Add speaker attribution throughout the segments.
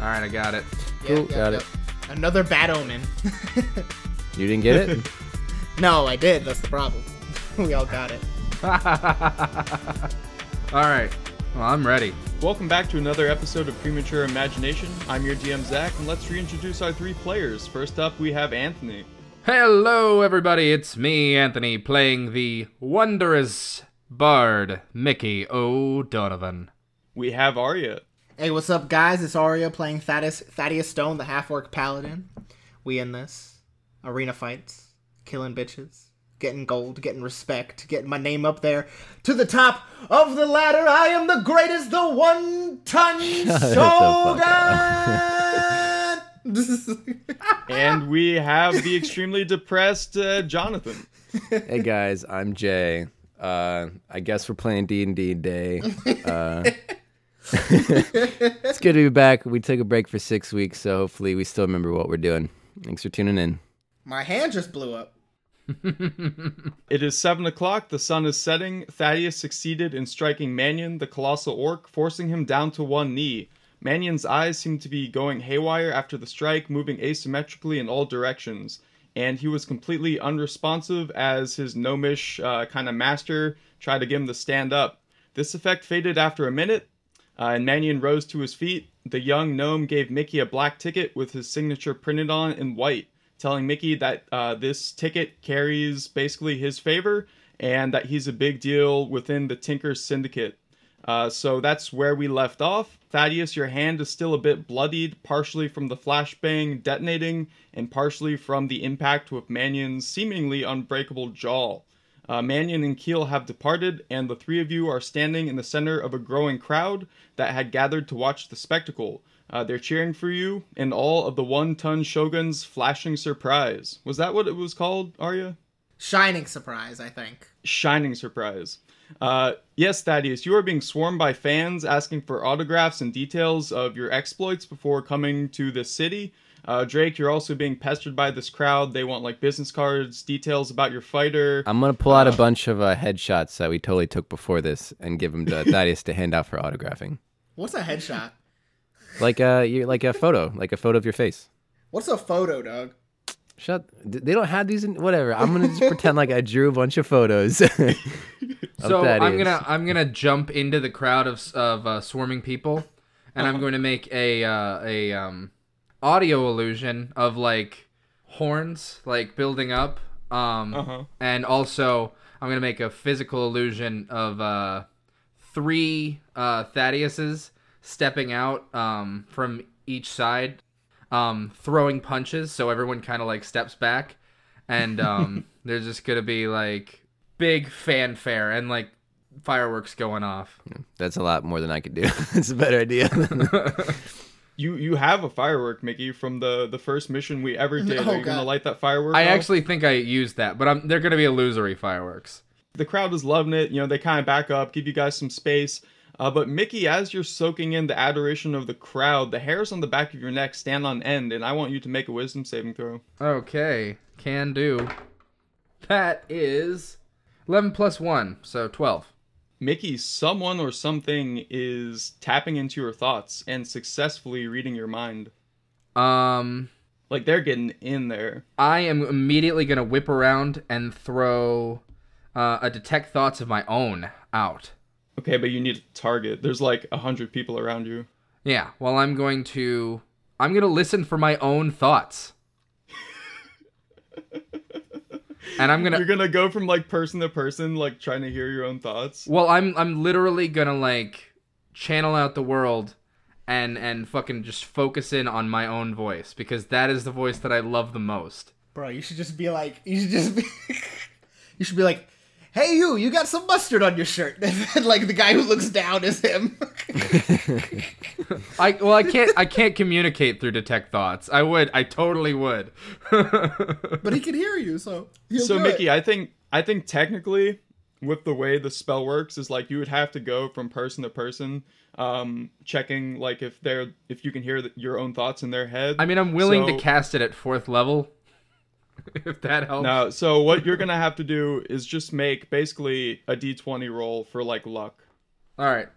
Speaker 1: All right, I got it.
Speaker 2: Cool, got it.
Speaker 3: Another bad omen.
Speaker 2: You didn't get it?
Speaker 3: no, I did. That's the problem. we all got it.
Speaker 1: All right. Well, I'm ready.
Speaker 4: Welcome back to another episode of Premature Imagination. I'm your DM Zach, and let's reintroduce our three players. First up, we have Anthony.
Speaker 1: Hello, everybody. It's me, Anthony, playing the wondrous bard, Mickey O'Donovan.
Speaker 4: We have Arya.
Speaker 3: Hey, what's up, guys? It's Aria playing Thaddeus, Thaddeus Stone, the half orc paladin. We in this. Arena fights, killing bitches, getting gold, getting respect, getting my name up there to the top of the ladder. I am the greatest, the one ton shogun.
Speaker 4: And we have the extremely depressed uh, Jonathan.
Speaker 2: hey guys, I'm Jay. Uh, I guess we're playing D and D day. Uh, it's good to be back. We took a break for six weeks, so hopefully we still remember what we're doing. Thanks for tuning in.
Speaker 3: my hand just blew up.
Speaker 4: It is 7 o'clock, the sun is setting. Thaddeus succeeded in striking Mannion, the colossal orc, forcing him down to one knee. Mannion's eyes seemed to be going haywire after the strike, moving asymmetrically in all directions. And he was completely unresponsive as his gnomish uh, kind of master tried to get him to stand up. This effect faded after a minute, uh, and Mannion rose to his feet. The young gnome gave Mickey a black ticket with his signature printed on in white, telling Mickey that uh, this ticket carries basically his favor and that he's a big deal within the Tinker Syndicate. Uh, so that's where we left off. Thaddeus, your hand is still a bit bloodied, partially from the flashbang detonating and partially from the impact with Mannion's seemingly unbreakable jaw. Uh, Mannion and Keel have departed, and the three of you are standing in the center of a growing crowd that had gathered to watch the spectacle. Uh, they're cheering for you, and all of the one ton shogun's flashing surprise. Was that what it was called, Arya?
Speaker 3: Shining surprise, I think.
Speaker 4: shining surprise. Uh, yes, Thaddeus, you are being swarmed by fans asking for autographs and details of your exploits before coming to the city. Uh, Drake, you're also being pestered by this crowd. They want like business cards, details about your fighter.
Speaker 2: I'm gonna pull out a bunch of uh, headshots that we totally took before this and give them to Thaddeus to hand out for autographing.
Speaker 3: What's a headshot?
Speaker 2: Like uh, you like a photo, like a photo of your face.
Speaker 3: What's a photo, dog?
Speaker 2: Shut. They don't have these. in Whatever. I'm gonna just pretend like I drew a bunch of photos. of
Speaker 1: So I'm
Speaker 2: Thaddeus.
Speaker 1: gonna I'm gonna jump into the crowd of s- of uh, swarming people, and
Speaker 2: Uh-huh.
Speaker 1: I'm going to make a uh, a um, audio illusion of like horns like building up, um,
Speaker 4: Uh-huh.
Speaker 1: and also I'm gonna make a physical illusion of uh, three uh, Thaddeus's stepping out um, from each side, um, throwing punches, so everyone kind of like steps back, and um, there's just gonna be like big fanfare and like fireworks going off.
Speaker 2: That's a lot more than I could do. It's a better idea.
Speaker 4: You you have a firework, Mickey, from the the first mission we ever did.
Speaker 3: Oh,
Speaker 4: Are you gonna
Speaker 3: God.
Speaker 4: light that firework?
Speaker 1: I
Speaker 4: off?
Speaker 1: actually think I used that, but I'm, they're gonna be illusory fireworks.
Speaker 4: the crowd is loving it. You know, they kind of back up, give you guys some space. Uh, but Mickey, as you're soaking in the adoration of the crowd, the hairs on the back of your neck stand on end, and I want you to make a wisdom saving throw.
Speaker 1: Okay, can do. That is eleven plus one, so twelve.
Speaker 4: Mickey, someone or something is tapping into your thoughts and successfully reading your mind.
Speaker 1: Um,
Speaker 4: Like they're getting in there.
Speaker 1: I am immediately gonna whip around and throw uh, a detect thoughts of my own out.
Speaker 4: Okay, but you need a target. There's like a hundred people around you.
Speaker 1: Yeah, well, I'm going to I'm gonna listen for my own thoughts, and I'm gonna
Speaker 4: You're gonna go from like person to person, like trying to hear your own thoughts.
Speaker 1: Well, I'm I'm literally gonna like channel out the world and and fucking just focus in on my own voice because that is the voice that I love the most.
Speaker 3: Bro, you should just be like, you should just be, you should be like, hey you, you got some mustard on your shirt. And then, like the guy who looks down is him.
Speaker 1: I well I can't I can't communicate through detect thoughts. I would I totally would.
Speaker 3: but he can hear you, so he'll
Speaker 4: so
Speaker 3: do
Speaker 4: Mickey,
Speaker 3: it.
Speaker 4: I think I think technically, with the way the spell works, is like you would have to go from person to person, um, checking like if they're if you can hear th- your own thoughts in their head.
Speaker 1: I mean I'm willing
Speaker 4: So-
Speaker 1: to cast it at fourth level if that helps.
Speaker 4: No, so what you're gonna have to do is just make basically a d20 roll for like luck.
Speaker 1: All right.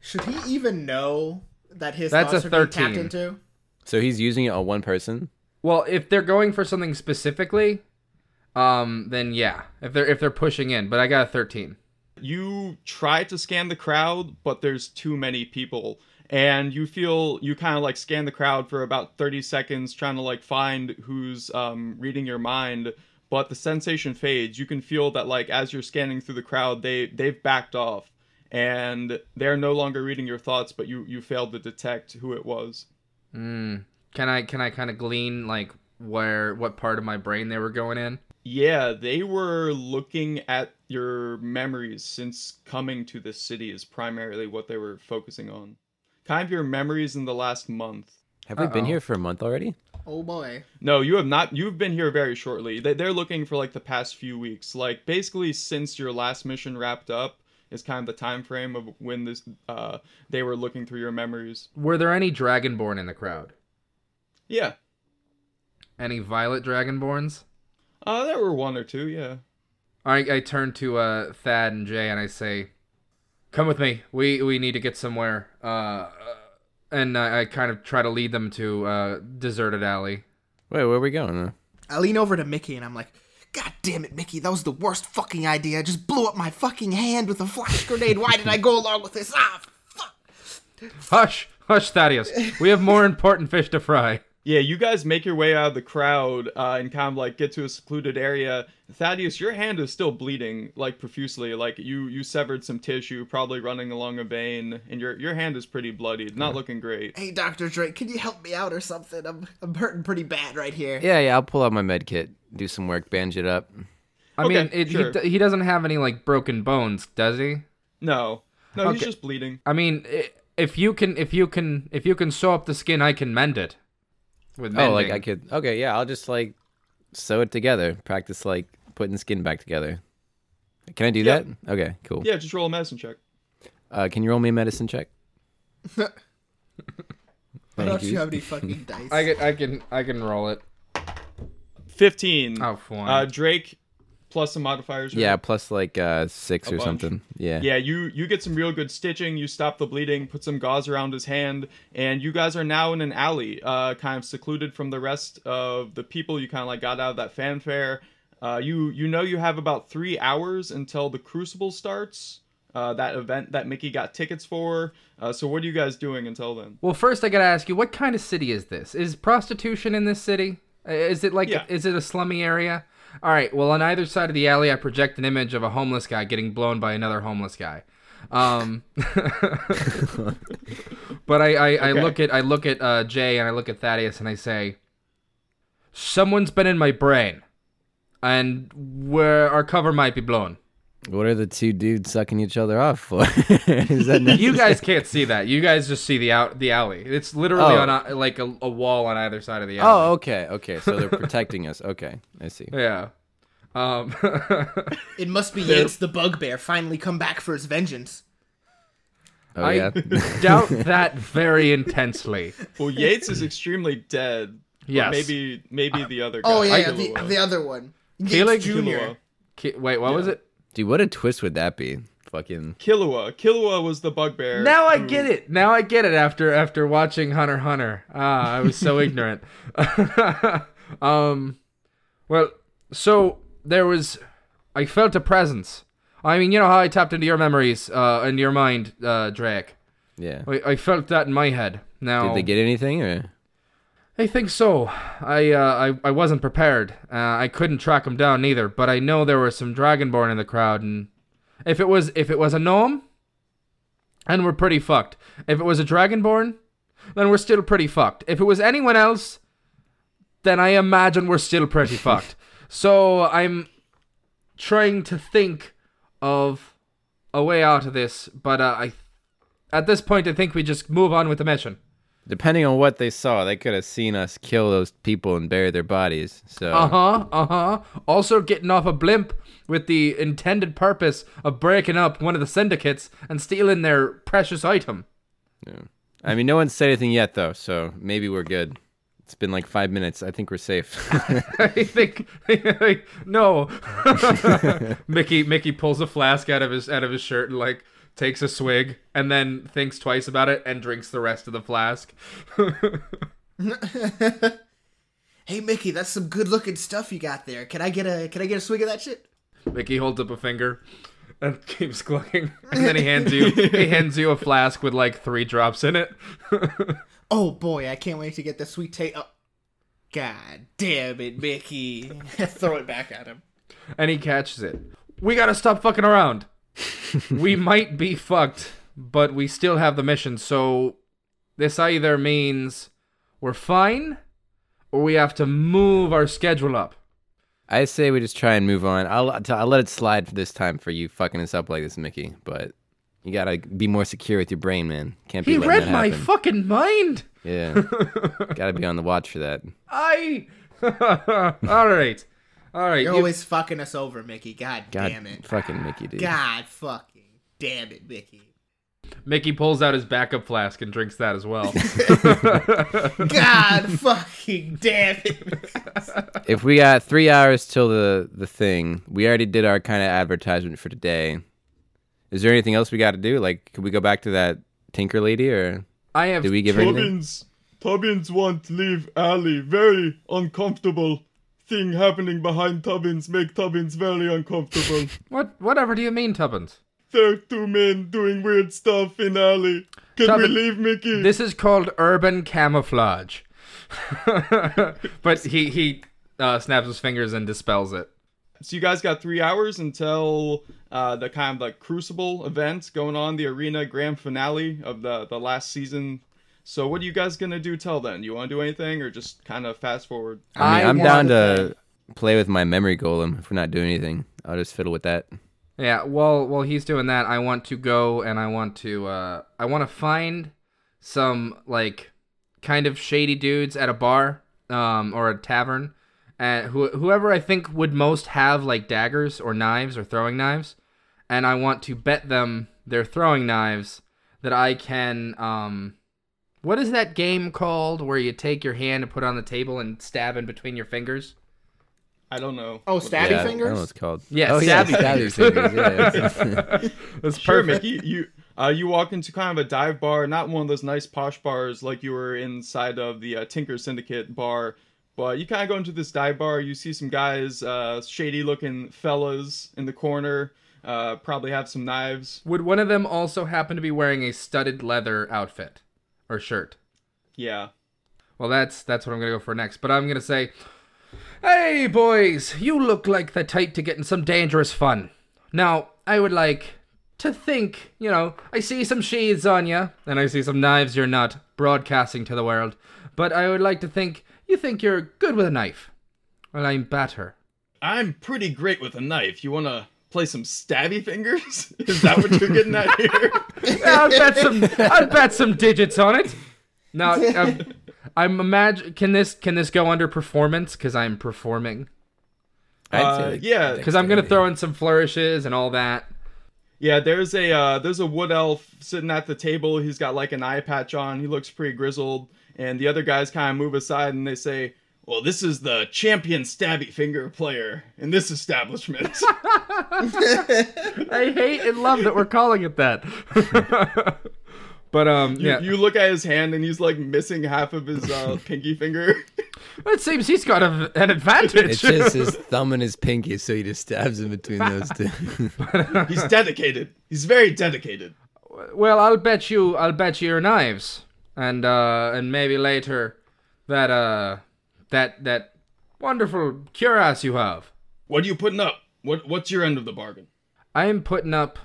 Speaker 3: Should he even know that his
Speaker 1: That's
Speaker 3: thoughts
Speaker 1: a
Speaker 3: are being tapped
Speaker 1: 13.
Speaker 3: into?
Speaker 2: So he's using it on one person.
Speaker 1: Well, if they're going for something specifically, um, then yeah. If they're if they're pushing in, but I got a thirteen.
Speaker 4: You try to scan the crowd, but there's too many people. And you feel you kind of like scan the crowd for about 30 seconds, trying to like find who's um, reading your mind. But the sensation fades. You can feel that like as you're scanning through the crowd, they they've backed off, and they're no longer reading your thoughts. But you you failed to detect who it was.
Speaker 1: Mm. Can I can I kind of glean like where what part of my brain they were going in?
Speaker 4: Yeah, they were looking at your memories since coming to this city is primarily what they were focusing on. Kind of your memories in the last month.
Speaker 2: Have we been
Speaker 1: Uh-oh.
Speaker 2: here for a month already?
Speaker 3: Oh boy.
Speaker 4: No, you have not. You've been here very shortly. They- They're looking for like the past few weeks, like basically since your last mission wrapped up is kind of the time frame of when this uh they were looking through your memories.
Speaker 1: Were there any Dragonborn in the crowd?
Speaker 4: Yeah,
Speaker 1: Any Violet Dragonborns?
Speaker 4: uh, there were one or two. Yeah,
Speaker 1: I I turn to uh Thad and Jay and I say, "Come with me. We we need to get somewhere." Uh, and I, I kind of try to lead them to uh deserted alley.
Speaker 2: Wait, where are we going? Huh?
Speaker 3: I lean over to Mickey and I'm like, God damn it, Mickey, that was the worst fucking idea. I just blew up my fucking hand with a flash grenade. Why did I go along with this? Ah, fuck.
Speaker 1: Hush, hush, Thaddeus. We have more important fish to fry.
Speaker 4: yeah. You guys make your way out of the crowd uh, and kind of like get to a secluded area. Thaddeus, your hand is still bleeding like profusely. Like you you severed some tissue, probably running along a vein, and your your hand is pretty bloodied. Not looking great.
Speaker 3: Hey, Dr. Drake, can you help me out or something? I'm, I'm hurting pretty bad right here.
Speaker 2: Yeah, yeah. I'll pull out my med kit, do some work, bandage it up.
Speaker 1: I
Speaker 4: Okay,
Speaker 1: mean, it,
Speaker 4: sure.
Speaker 1: he, d- he doesn't have any like broken bones, does he?
Speaker 4: No. No, he's
Speaker 1: Okay.
Speaker 4: just bleeding.
Speaker 1: I mean, i- if you can, if you can, if you can sew up the skin, I can mend it. With mending.
Speaker 2: Oh, like I could. Okay, yeah. I'll just like sew it together. Practice like putting skin back together. Can I do
Speaker 4: Yeah.
Speaker 2: that? Okay, cool.
Speaker 4: Yeah, just roll a medicine check.
Speaker 2: Uh, can you roll me a medicine check?
Speaker 3: I
Speaker 2: Thank
Speaker 3: don't
Speaker 2: you.
Speaker 3: you have any fucking dice.
Speaker 1: I can, I can, I can roll it.
Speaker 4: 15.
Speaker 1: Oh, fine.
Speaker 4: Uh, Drake plus some modifiers. right?
Speaker 2: Yeah, plus like uh, six or
Speaker 4: bunch.
Speaker 2: something. Yeah.
Speaker 4: Yeah, you you get some real good stitching. You stop the bleeding, put some gauze around his hand, and you guys are now in an alley, uh, kind of secluded from the rest of the people. You kind of like got out of that fanfare. Uh, you you know you have about three hours until the crucible starts. Uh, that event that Mickey got tickets for. Uh, so what are you guys doing until then?
Speaker 1: well, first I gotta ask you, what kind of city is this? Is prostitution in this city? Uh, Is it like,
Speaker 4: Yeah.
Speaker 1: is it a slummy area? All right. Well, on either side of the alley, I project an image of a homeless guy getting blown by another homeless guy. Um, but I, I, I
Speaker 4: Okay.
Speaker 1: look at, I look at uh, Jay and I look at Thaddeus and I say, someone's been in my brain, and where our cover might be blown.
Speaker 2: What are the two dudes sucking each other off for? Is that necessary?
Speaker 1: You guys can't see that. You guys just see the out the alley. It's literally
Speaker 2: Oh.
Speaker 1: on a, like a, a wall on either side of the alley.
Speaker 2: Oh, okay, okay. So they're protecting us. Okay, I see.
Speaker 1: yeah. Um,
Speaker 3: It must be Yates the bugbear finally come back for his vengeance.
Speaker 2: Oh
Speaker 1: I
Speaker 2: yeah.
Speaker 1: doubt that very intensely.
Speaker 4: Well, Yates is extremely dead. but
Speaker 1: Yes.
Speaker 4: Maybe maybe the other guy.
Speaker 3: Oh, yeah,
Speaker 4: Killua.
Speaker 3: the, the other one. Yates
Speaker 1: Felix
Speaker 3: Jr.
Speaker 4: Killua.
Speaker 1: Ki- Wait, what was it?
Speaker 2: Dude, what a twist would that be? Fucking.
Speaker 4: Killua. Killua was the bugbear.
Speaker 1: Now I
Speaker 4: who-
Speaker 1: get it. Now I get it after after watching Hunter x Hunter. Ah, I was so ignorant. um, well, so there was, I felt a presence. I mean, you know how I tapped into your memories, uh, into your mind, uh, Drake.
Speaker 2: Yeah.
Speaker 1: I, I felt that in my head. Now
Speaker 2: Did they get anything or?
Speaker 1: I think so. I uh, I I wasn't prepared. Uh, I couldn't track them down neither. But I know there were some Dragonborn in the crowd, and if it was if it was a gnome, then we're pretty fucked. If it was a Dragonborn, then we're still pretty fucked. If it was anyone else, then I imagine we're still pretty fucked. So I'm trying to think of a way out of this, but uh, I at this point I think we just move on with the mission.
Speaker 2: Depending on what they saw, they could have seen us kill those people and bury their bodies. So.
Speaker 1: Uh huh. Uh huh. Also, getting off a blimp with the intended purpose of breaking up one of the syndicates and stealing their precious item.
Speaker 2: I mean, no one said anything yet though, so maybe we're good. It's been like five minutes. I think we're safe.
Speaker 1: I think no. Mickey Mickey pulls a flask out of his out of his shirt and like takes a swig and then thinks twice about it and drinks the rest of the flask.
Speaker 3: hey Mickey, that's some good looking stuff you got there. Can I get a can I get a swig of that shit?
Speaker 1: Mickey holds up a finger and keeps clucking. And then he hands you he hands you a flask with like three drops in it.
Speaker 3: Oh boy, I can't wait to get the sweet taste. Oh, God damn it, Mickey! Throw it back at him.
Speaker 1: and he catches it. We gotta stop fucking around. we might be fucked, but we still have the mission, so this either means we're fine or we have to move our schedule up.
Speaker 2: I say we just try and move on. I'll t- I'll let it slide this time for you fucking us up like this, Mickey. But you gotta be more secure with your brain, man. Can't be.
Speaker 1: He
Speaker 2: letting
Speaker 1: read
Speaker 2: that
Speaker 1: my
Speaker 2: happen.
Speaker 1: fucking mind!
Speaker 2: Yeah. gotta be on the watch for that.
Speaker 1: I. All right. All right.
Speaker 3: You're
Speaker 1: you-
Speaker 3: always fucking us over, Mickey. God,
Speaker 2: God,
Speaker 3: damn it.
Speaker 2: fucking Mickey, dude.
Speaker 3: God fucking damn it, Mickey.
Speaker 1: Mickey pulls out his backup flask and drinks that as well.
Speaker 3: God fucking damn it.
Speaker 2: If we got three hours till the the thing, we already did our kind of advertisement for today. Is there anything else we got to do? Like, could we go back to that Tinker Lady, or
Speaker 1: I have.
Speaker 2: did we give her anything?
Speaker 4: Tubbins, Tubbins won't leave Alley. Very uncomfortable thing happening behind Tubbins make Tubbins very uncomfortable.
Speaker 1: What? Whatever do you mean, Tuppence?
Speaker 4: there are two men doing weird stuff in Alley. Can
Speaker 1: Tubbin-
Speaker 4: we leave, Mickey?
Speaker 1: This is called urban camouflage. but he he uh, snaps his fingers and dispels it.
Speaker 4: So you guys got three hours until uh, the kind of like crucible event going on, the arena grand finale of the the last season. So what are you guys gonna do till then? You want to do anything or just kind of fast forward?
Speaker 2: I mean,
Speaker 1: I
Speaker 2: I'm
Speaker 1: want
Speaker 2: down to play with my memory golem. If we're not doing anything, I'll just fiddle with that.
Speaker 1: Yeah. While while he's doing that, I want to go and I want to uh, I want to find some like kind of shady dudes at a bar um, or a tavern, and who, whoever I think would most have like daggers or knives or throwing knives, and I want to bet them their throwing knives that I can. Um, what is that game called where you take your hand and put it on the table and stab in between your fingers?
Speaker 4: I don't know.
Speaker 3: Oh,
Speaker 4: What-
Speaker 3: stabby
Speaker 2: yeah, I don't know
Speaker 3: fingers?
Speaker 2: what it's called.
Speaker 1: Yeah,
Speaker 2: oh, yeah,
Speaker 1: stabby
Speaker 2: stabby
Speaker 1: fingers.
Speaker 2: fingers. Yeah.
Speaker 1: That's
Speaker 4: Sure, Mickey. You uh, you walk into kind of a dive bar, not one of those nice posh bars like you were inside of the uh, Tinker Syndicate bar, but you kind of go into this dive bar. You see some guys, uh, shady looking fellas in the corner, uh, probably have some knives.
Speaker 1: Would one of them also happen to be wearing a studded leather outfit or shirt?
Speaker 4: Yeah.
Speaker 1: Well, that's that's what I'm gonna go for next. But I'm gonna say, "Hey, boys, you look like the type to get in some dangerous fun. Now, I would like to think, you know, I see some sheaths on you, and I see some knives. You're not broadcasting to the world, but I would like to think you think you're good with a knife. Well, I'm better.
Speaker 4: I'm pretty great with a knife. You want to play some stabby fingers? Is that what you're getting at here?
Speaker 1: I'll bet some. I'll bet some digits on it. No, I'm, I'm imagine. Can this can this go under performance? Because I'm performing.
Speaker 2: I'd
Speaker 4: Uh,
Speaker 2: say, like,
Speaker 4: yeah.
Speaker 1: Because I'm gonna throw in some flourishes and all that.
Speaker 4: Yeah, there's a uh, there's a wood elf sitting at the table. He's got like an eye patch on. He looks pretty grizzled, and the other guys kind of move aside and they say, "Well, this is the champion stabby finger player in this establishment."
Speaker 1: I hate and love that we're calling it that. but um,
Speaker 4: You-
Speaker 1: yeah,
Speaker 4: You look at his hand and he's like missing half of his uh, pinky finger.
Speaker 1: it seems he's got a, an advantage.
Speaker 2: It's just his thumb and his pinky, so he just stabs in between those two.
Speaker 4: He's dedicated. He's very dedicated.
Speaker 1: Well, I'll bet you, I'll bet you your knives, and uh, and maybe later, that uh, that that wonderful cuirass you have.
Speaker 4: What are you putting up? What what's your end of the bargain?
Speaker 1: I am putting up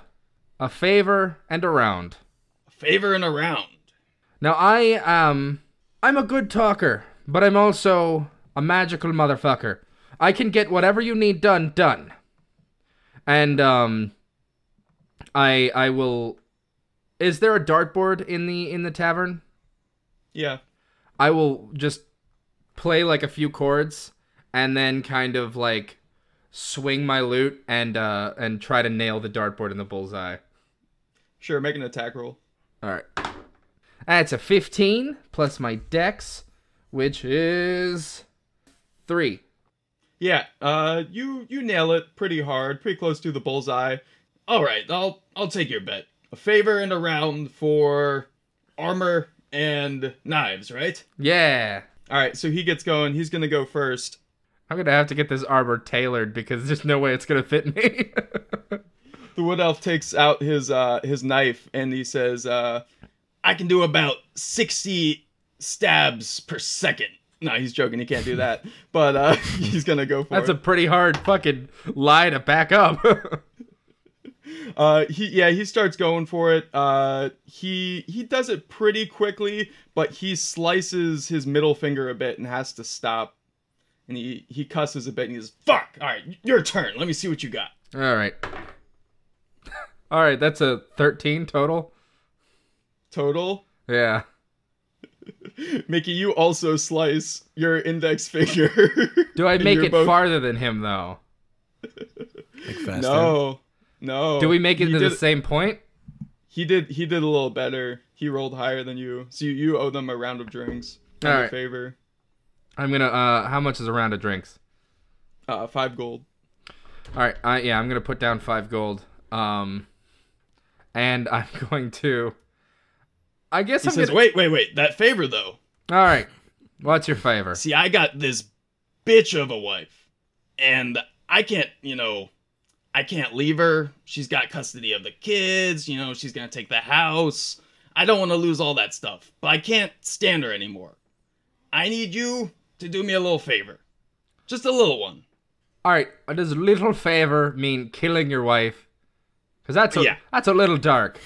Speaker 1: a favor and a round.
Speaker 4: A favor and a round.
Speaker 1: Now I am I'm a good talker, but I'm also a magical motherfucker. I can get whatever you need done done. And um I I will Is there a dartboard in the in the tavern?
Speaker 4: Yeah.
Speaker 1: I will just play like a few chords and then kind of like swing my lute and uh and try to nail the dartboard in the bullseye.
Speaker 4: Sure. Make an attack roll.
Speaker 1: All right. That's a 15 plus my dex, which is 3.
Speaker 4: Yeah, uh, you you nail it pretty hard, pretty close to the bullseye. All right, I'll I'll take your bet. A favor and a round for armor and knives, right?
Speaker 1: Yeah.
Speaker 4: All right, so he gets going. He's going to go first.
Speaker 1: I'm gonna have to get this armor tailored because there's no way it's gonna fit me.
Speaker 4: The wood elf takes out his uh his knife and he says, uh, "I can do about 60 stabs per second. No, he's joking. He can't do that. but uh he's going to go for
Speaker 1: That's a
Speaker 4: it.
Speaker 1: pretty hard fucking lie to back up.
Speaker 4: uh he yeah, he starts going for it. Uh he he does it pretty quickly, but he slices his middle finger a bit and has to stop. And he he cusses a bit and he says, "Fuck. All right, your turn. Let me see what you got."
Speaker 1: All right. All right, that's a 13 total.
Speaker 4: Total
Speaker 1: Yeah.
Speaker 4: Mickey, you also slice your index finger.
Speaker 1: Do I
Speaker 4: And
Speaker 1: make
Speaker 4: you're
Speaker 1: it
Speaker 4: both-
Speaker 1: farther than him though?
Speaker 2: Like faster.
Speaker 4: No, no.
Speaker 1: Do we make it
Speaker 4: he
Speaker 1: to
Speaker 4: Oh, did,
Speaker 1: the same point?
Speaker 4: He did. He did a little better. He rolled higher than you, so you, you owe them a round of drinks. in
Speaker 1: All
Speaker 4: your
Speaker 1: right.
Speaker 4: Favor.
Speaker 1: I'm gonna. uh How much is a round of drinks?
Speaker 4: Uh, five gold.
Speaker 1: All right. I, yeah, I'm gonna put down five gold. Um, and I'm going to. I guess
Speaker 4: He
Speaker 1: I'm
Speaker 4: says,
Speaker 1: gonna.
Speaker 4: "Wait, wait, wait. That favor though.
Speaker 1: All right. What's your favor?
Speaker 4: See, I got this bitch of a wife, and I can't, you know, I can't leave her. She's got custody of the kids. You know, she's gonna take the house. I don't want to lose all that stuff, but I can't stand her anymore. I need you to do me a little favor, just a little one.
Speaker 1: All right. Does little favor mean killing your wife? Because that's a
Speaker 4: Yeah.
Speaker 1: that's a little dark.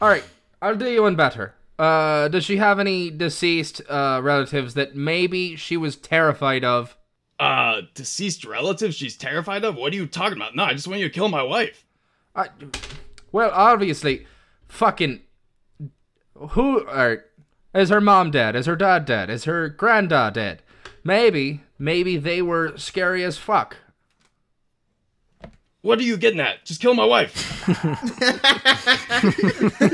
Speaker 1: All right. I'll do you one better. Uh, does she have any deceased uh, relatives that maybe she was terrified of?
Speaker 4: Uh, deceased relatives she's terrified of? What are you talking about? No, I just want you to kill my wife.
Speaker 1: I, well, obviously, fucking. Who are? Is her mom dead? Is her dad dead? Is her granddad dead? Maybe, maybe they were scary as fuck.
Speaker 4: What are you getting at? Just kill my wife.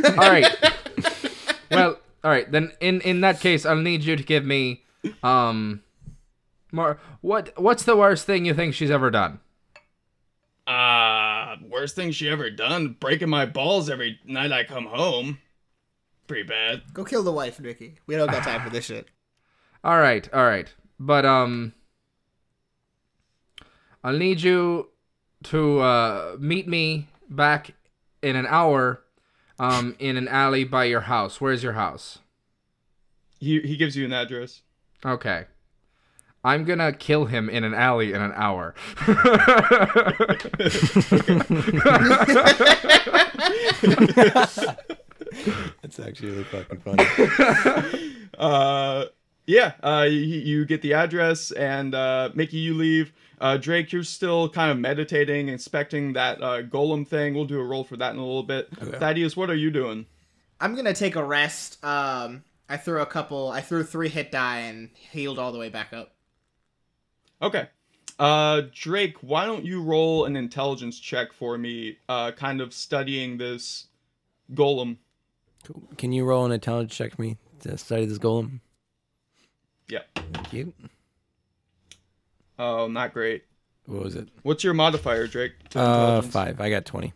Speaker 1: All right. well, all right. Then in in that case, I'll need you to give me, um, more. What what's the worst thing you think she's ever done?
Speaker 4: Uh, worst thing she ever done, breaking my balls every night I come home. Pretty bad.
Speaker 3: Go kill the wife, Mickey. We don't got time for this shit.
Speaker 1: All right, all right. But um I'll need you to uh meet me back in an hour um in an alley by your house. Where's your house?
Speaker 4: He he gives you an address.
Speaker 1: Okay. I'm gonna kill him in an alley in an hour.
Speaker 2: That's actually really fucking funny.
Speaker 4: Uh, yeah. Uh, you, you get the address, and uh, Mickey, you leave. Uh, Drake, you're still kind of meditating, inspecting that uh, golem thing. We'll do a roll for that in a little bit. Thaddeus, what are you doing?
Speaker 3: I'm gonna take a rest. Um, I threw a couple. I threw three hit die and healed all the way back up.
Speaker 4: Okay. Uh, Drake, why don't you roll an intelligence check for me? Uh, kind of studying this golem.
Speaker 2: Cool. Can you roll an intelligence check for me to study this golem?
Speaker 4: Yeah.
Speaker 2: Thank you.
Speaker 4: Oh, not great.
Speaker 2: What was it?
Speaker 4: What's your modifier, Drake? to
Speaker 2: Uh,
Speaker 4: intelligence?
Speaker 2: five. I got twenty.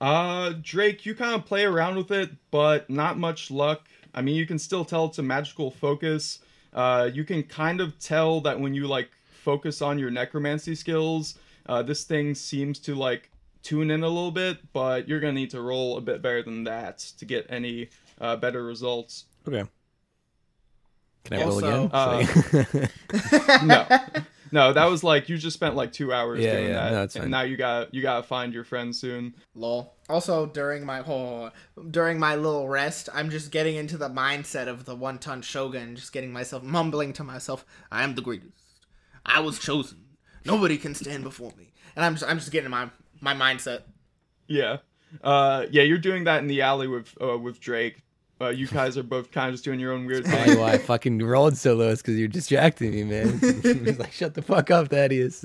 Speaker 4: Uh, Drake, you kind of play around with it, but not much luck. I mean, you can still tell it's a magical focus. Uh, you can kind of tell that when you like focus on your necromancy skills, uh, this thing seems to like tune in a little bit, but you're gonna need to roll a bit better than that to get any uh, better results.
Speaker 2: Okay. Can I roll
Speaker 3: Also,
Speaker 2: again?
Speaker 4: uh,
Speaker 2: Sorry.
Speaker 4: No, no, that was like you just spent like two hours
Speaker 2: Yeah,
Speaker 4: doing
Speaker 2: yeah,
Speaker 4: that,
Speaker 2: no, it's fine.
Speaker 4: and now you got you gotta find your friend soon.
Speaker 3: Lol. Also, during my whole during my little rest, I'm just getting into the mindset of the one ton shogun, just getting myself mumbling to myself, "I am the greatest. I was chosen. Nobody can stand before me." And I'm just, I'm just getting in my my mindset.
Speaker 4: Yeah. Uh, yeah, you're doing that in the alley with uh, with Drake. Uh, you guys are both kind of just doing your own weird
Speaker 2: Probably
Speaker 4: thing.
Speaker 2: why I fucking rolled so low is because you're distracting me, man. He's like, shut the fuck up, Thaddeus.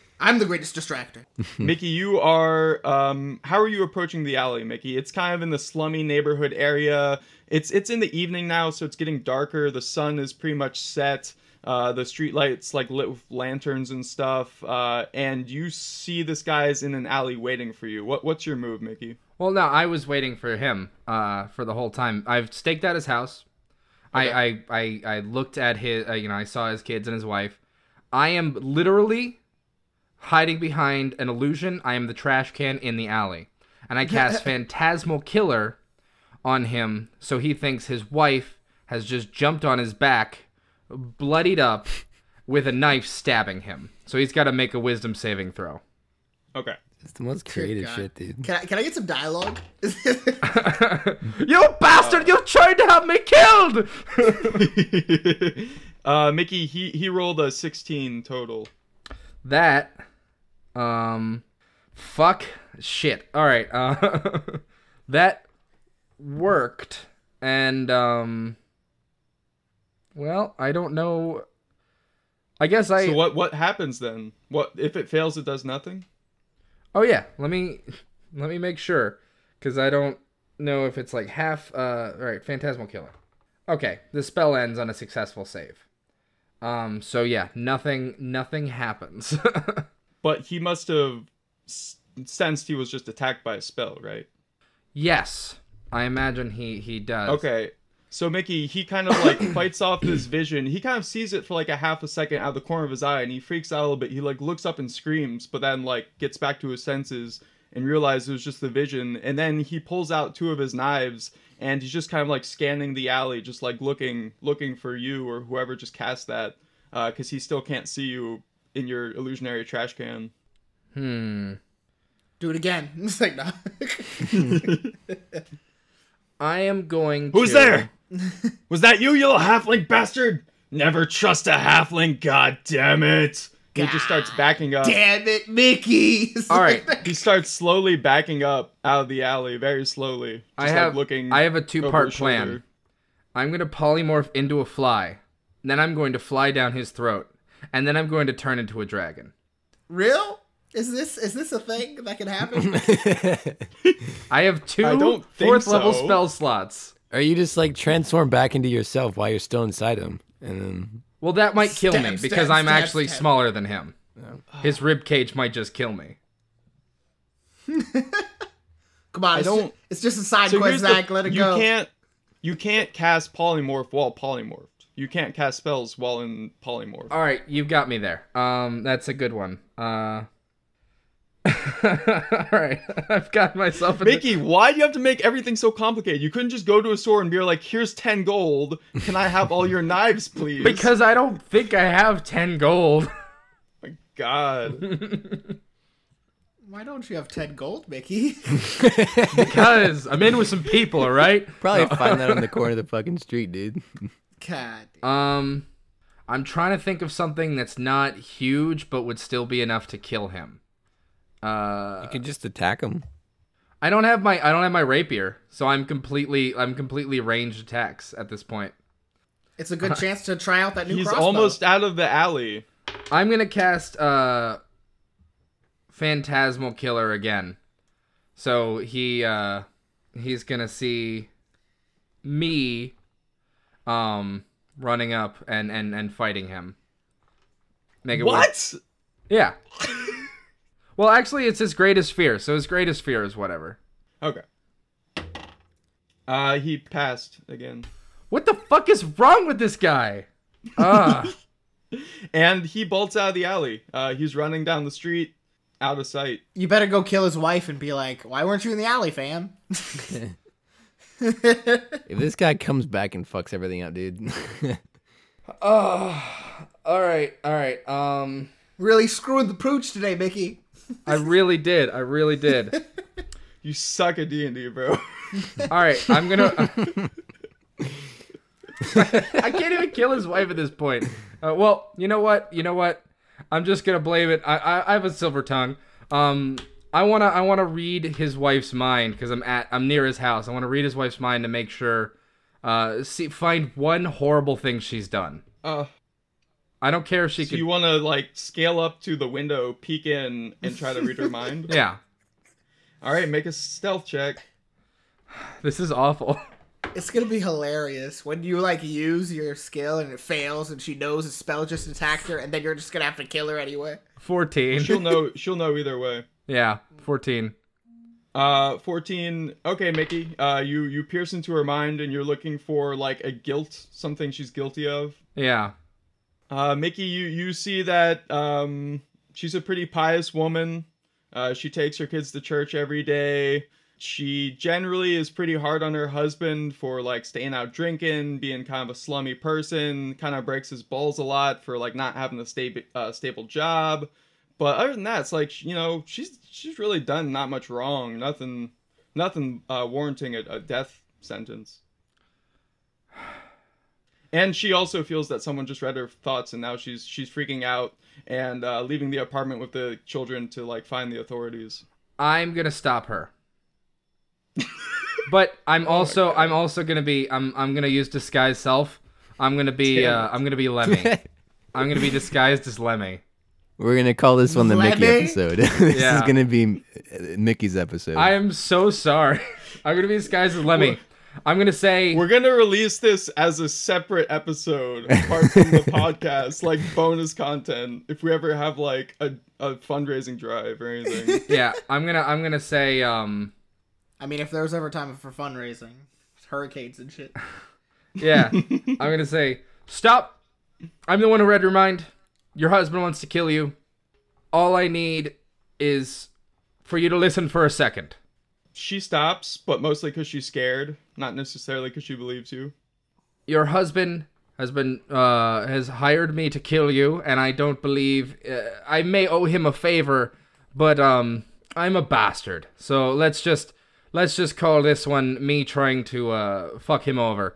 Speaker 3: I'm the greatest distractor.
Speaker 4: Mickey, you are. Um, how are you approaching the alley, Mickey? It's kind of in the slummy neighborhood area. It's it's in the evening now, so it's getting darker. The sun is pretty much set. Uh, the streetlights like lit with lanterns and stuff, uh, and you see this guy's in an alley waiting for you. What what's your move, Mickey?
Speaker 1: Well, no, I was waiting for him uh, for the whole time. I've staked out his house. I, I, I, I looked at his, uh, you know, I saw his kids and his wife. I am literally hiding behind an illusion. I am the trash can in the alley. And I cast Phantasmal Killer on him so he thinks his wife has just jumped on his back, bloodied up, with a knife stabbing him. So he's got to make a wisdom saving throw.
Speaker 4: Okay.
Speaker 2: It's the most
Speaker 3: creative
Speaker 2: creative
Speaker 3: God. shit,
Speaker 2: shit, dude.
Speaker 3: Can I, can I get some dialogue?
Speaker 1: You bastard! You tried to have me killed!
Speaker 4: uh, Mickey, he he rolled a 16 total.
Speaker 1: that um fuck shit all right uh that worked and um well i don't know i guess i
Speaker 4: So what what happens then? What if it fails? It does nothing.
Speaker 1: oh yeah let me let me make sure because i don't know if it's like half uh all right phantasmal killer okay the spell ends on a successful save um so yeah nothing nothing happens
Speaker 4: But he must have s- sensed he was just attacked by a spell, right?
Speaker 1: yes i imagine he he does
Speaker 4: Okay. So Mickey, he kind of like fights off this vision. He kind of sees it for like a half a second out of the corner of his eye, and he freaks out a little bit. He like looks up and screams, but then like gets back to his senses and realizes it was just the vision. And then he pulls out two of his knives, and he's just kind of like scanning the alley, just like looking looking for you or whoever just cast that, because he still can't see you in your illusionary trash can.
Speaker 1: hmm
Speaker 3: Do it again. It's like, no.
Speaker 1: I am going.
Speaker 4: Who's
Speaker 1: to...
Speaker 4: there? Was that you, you little halfling bastard? Never trust a halfling, god damn it. He just starts backing up.
Speaker 3: Damn it, Mickey.
Speaker 1: All right,
Speaker 4: He starts slowly backing up out of the alley, very slowly. Just
Speaker 1: I have.
Speaker 4: like looking
Speaker 1: I have a
Speaker 4: over
Speaker 1: two-part
Speaker 4: his
Speaker 1: plan.
Speaker 4: shoulder.
Speaker 1: I'm gonna polymorph into a fly, then I'm going to fly down his throat, and then I'm going to turn into a dragon.
Speaker 3: Real? Is this is this a thing that can happen?
Speaker 1: I have two
Speaker 4: I don't think
Speaker 1: fourth-level
Speaker 4: so.
Speaker 1: spell slots.
Speaker 2: or you just like transform back into yourself while you're still inside him, and then
Speaker 1: Well, that might kill
Speaker 3: Stab,
Speaker 1: me
Speaker 3: stab,
Speaker 1: because I'm
Speaker 3: stab,
Speaker 1: actually
Speaker 3: stab.
Speaker 1: smaller than him. His rib cage might just kill me.
Speaker 3: Come on, it's,
Speaker 4: don't-
Speaker 3: Just, it's just a side
Speaker 4: So
Speaker 3: quest,
Speaker 4: here's
Speaker 3: Zach.
Speaker 4: the,
Speaker 3: Let it
Speaker 4: you
Speaker 3: go.
Speaker 4: can't you can't cast polymorph while polymorphed. You can't cast spells while in polymorph.
Speaker 1: All right, you've got me there. Um, that's a good one. Uh. All right, I've got myself. In the-
Speaker 4: Mickey, why do you have to make everything so complicated? You couldn't just go to a store and be like, "Here's ten gold. Can I have all your knives, please?"
Speaker 1: because I don't think I have ten gold.
Speaker 4: my God.
Speaker 3: Why don't you have ten gold, Mickey?
Speaker 1: because I'm in with some people, all right?
Speaker 2: probably find that on the corner of the fucking street, dude.
Speaker 3: God.
Speaker 1: Um, I'm trying to think of something that's not huge but would still be enough to kill him. Uh,
Speaker 2: You could just attack him.
Speaker 1: I don't have my I don't have my rapier, so I'm completely I'm completely ranged attacks at this point.
Speaker 3: It's a good chance to try out that new
Speaker 4: Uh, He's
Speaker 3: crossbow.
Speaker 4: almost out of the alley.
Speaker 1: I'm gonna cast uh, Phantasmal Killer again, so he uh, he's gonna see me, um, running up and and and fighting him. Make it work.
Speaker 4: What?
Speaker 1: Yeah. well, actually, it's his greatest fear, so his greatest fear is whatever.
Speaker 4: Okay. Uh, he passed again,
Speaker 1: What the fuck is wrong with this guy? Ah,
Speaker 4: and he bolts out of the alley. Uh, he's running down the street, out of sight.
Speaker 3: You better go kill his wife and be like, "Why weren't you in the alley, fam?"
Speaker 2: If this guy comes back and fucks everything up, dude.
Speaker 1: Ah. all right, all right. Um,
Speaker 3: really screwed the pooch today, Mickey.
Speaker 1: I really did. I really did.
Speaker 4: You suck at D and D, bro.
Speaker 1: All right, I'm gonna. I can't even kill his wife at this point. Uh, well, you know what? You know what? I'm just gonna blame it. I, I, I have a silver tongue. Um, I wanna I wanna read his wife's mind because I'm at I'm near his house. I wanna read his wife's mind to make sure, uh, see find one horrible thing she's done.
Speaker 4: Uh,
Speaker 1: I don't care if she
Speaker 4: so
Speaker 1: could.
Speaker 4: you want to like scale up to the window, peek in, and try to read her mind?
Speaker 1: yeah,
Speaker 4: All right, make a stealth check.
Speaker 1: this is awful.
Speaker 3: It's gonna be hilarious when you like use your skill and it fails, and she knows a spell just attacked her, and then you're just gonna have to kill her anyway.
Speaker 1: 14.
Speaker 4: She'll know. She'll know either way.
Speaker 1: Yeah, 14.
Speaker 4: Uh, fourteen. Okay, Mickey. Uh, you you pierce into her mind, and you're looking for like a guilt, something she's guilty of.
Speaker 1: Yeah.
Speaker 4: Uh, Mickey, you you see that um, she's a pretty pious woman. Uh, she takes her kids to church every day. She generally is pretty hard on her husband for like staying out drinking, being kind of a slummy person. Kind of breaks his balls a lot for like not having a stable uh, stable job. But other than that, it's like you know she's she's really done not much wrong. Nothing nothing uh, warranting a, a death sentence. And she also feels that someone just read her thoughts, and now she's she's freaking out and uh, leaving the apartment with the children to like find the authorities.
Speaker 1: I'm gonna stop her. but
Speaker 4: Oh
Speaker 1: I'm also I'm also gonna be I'm I'm gonna use disguise self. I'm gonna be
Speaker 4: Damn
Speaker 1: uh, I'm gonna be Lemmy. I'm gonna be disguised as Lemmy.
Speaker 2: We're gonna call this one the Mickey
Speaker 3: Lemmy?
Speaker 2: episode. this
Speaker 1: Yeah.
Speaker 2: is gonna be uh, Mickey's episode.
Speaker 1: I am so sorry. I'm gonna be disguised as Lemmy. I'm gonna say
Speaker 4: We're gonna release this as a separate episode apart from the podcast, like bonus content. If we ever have like a, a fundraising drive or anything,
Speaker 1: yeah. I'm gonna I'm gonna say um
Speaker 3: I mean, if there was ever time for fundraising, hurricanes and shit.
Speaker 1: yeah. I'm gonna say stop. I'm the one who read your mind. Your husband wants to kill you. All I need is for you to listen for a second.
Speaker 4: she stops, but mostly because she's scared, not necessarily because she believes you.
Speaker 1: your husband has been uh, has hired me to kill you, and I don't believe uh, I may owe him a favor, but um, I'm a bastard. So let's just let's just call this one me trying to uh, fuck him over.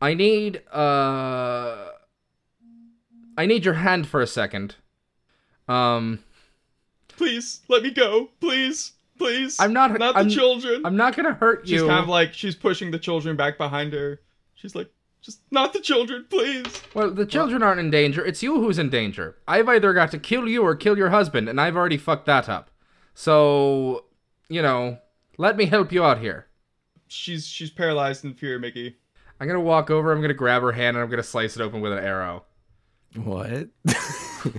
Speaker 1: I need uh, I need your hand for a second. Um,
Speaker 4: Please let me go, please, please.
Speaker 1: I'm not-
Speaker 4: not
Speaker 1: I'm-
Speaker 4: the children.
Speaker 1: I'm not gonna hurt
Speaker 4: she's
Speaker 1: you.
Speaker 4: kind of like she's pushing the children back behind her. She's like, just not the children, please.
Speaker 1: well, the children aren't in danger. It's you who's in danger. I've either got to kill you or kill your husband, and I've already fucked that up. So, you know, let me help you out here.
Speaker 4: She's she's paralyzed in fear, Mickey.
Speaker 1: I'm gonna walk over. I'm gonna grab her hand and I'm gonna slice it open with an arrow.
Speaker 2: what?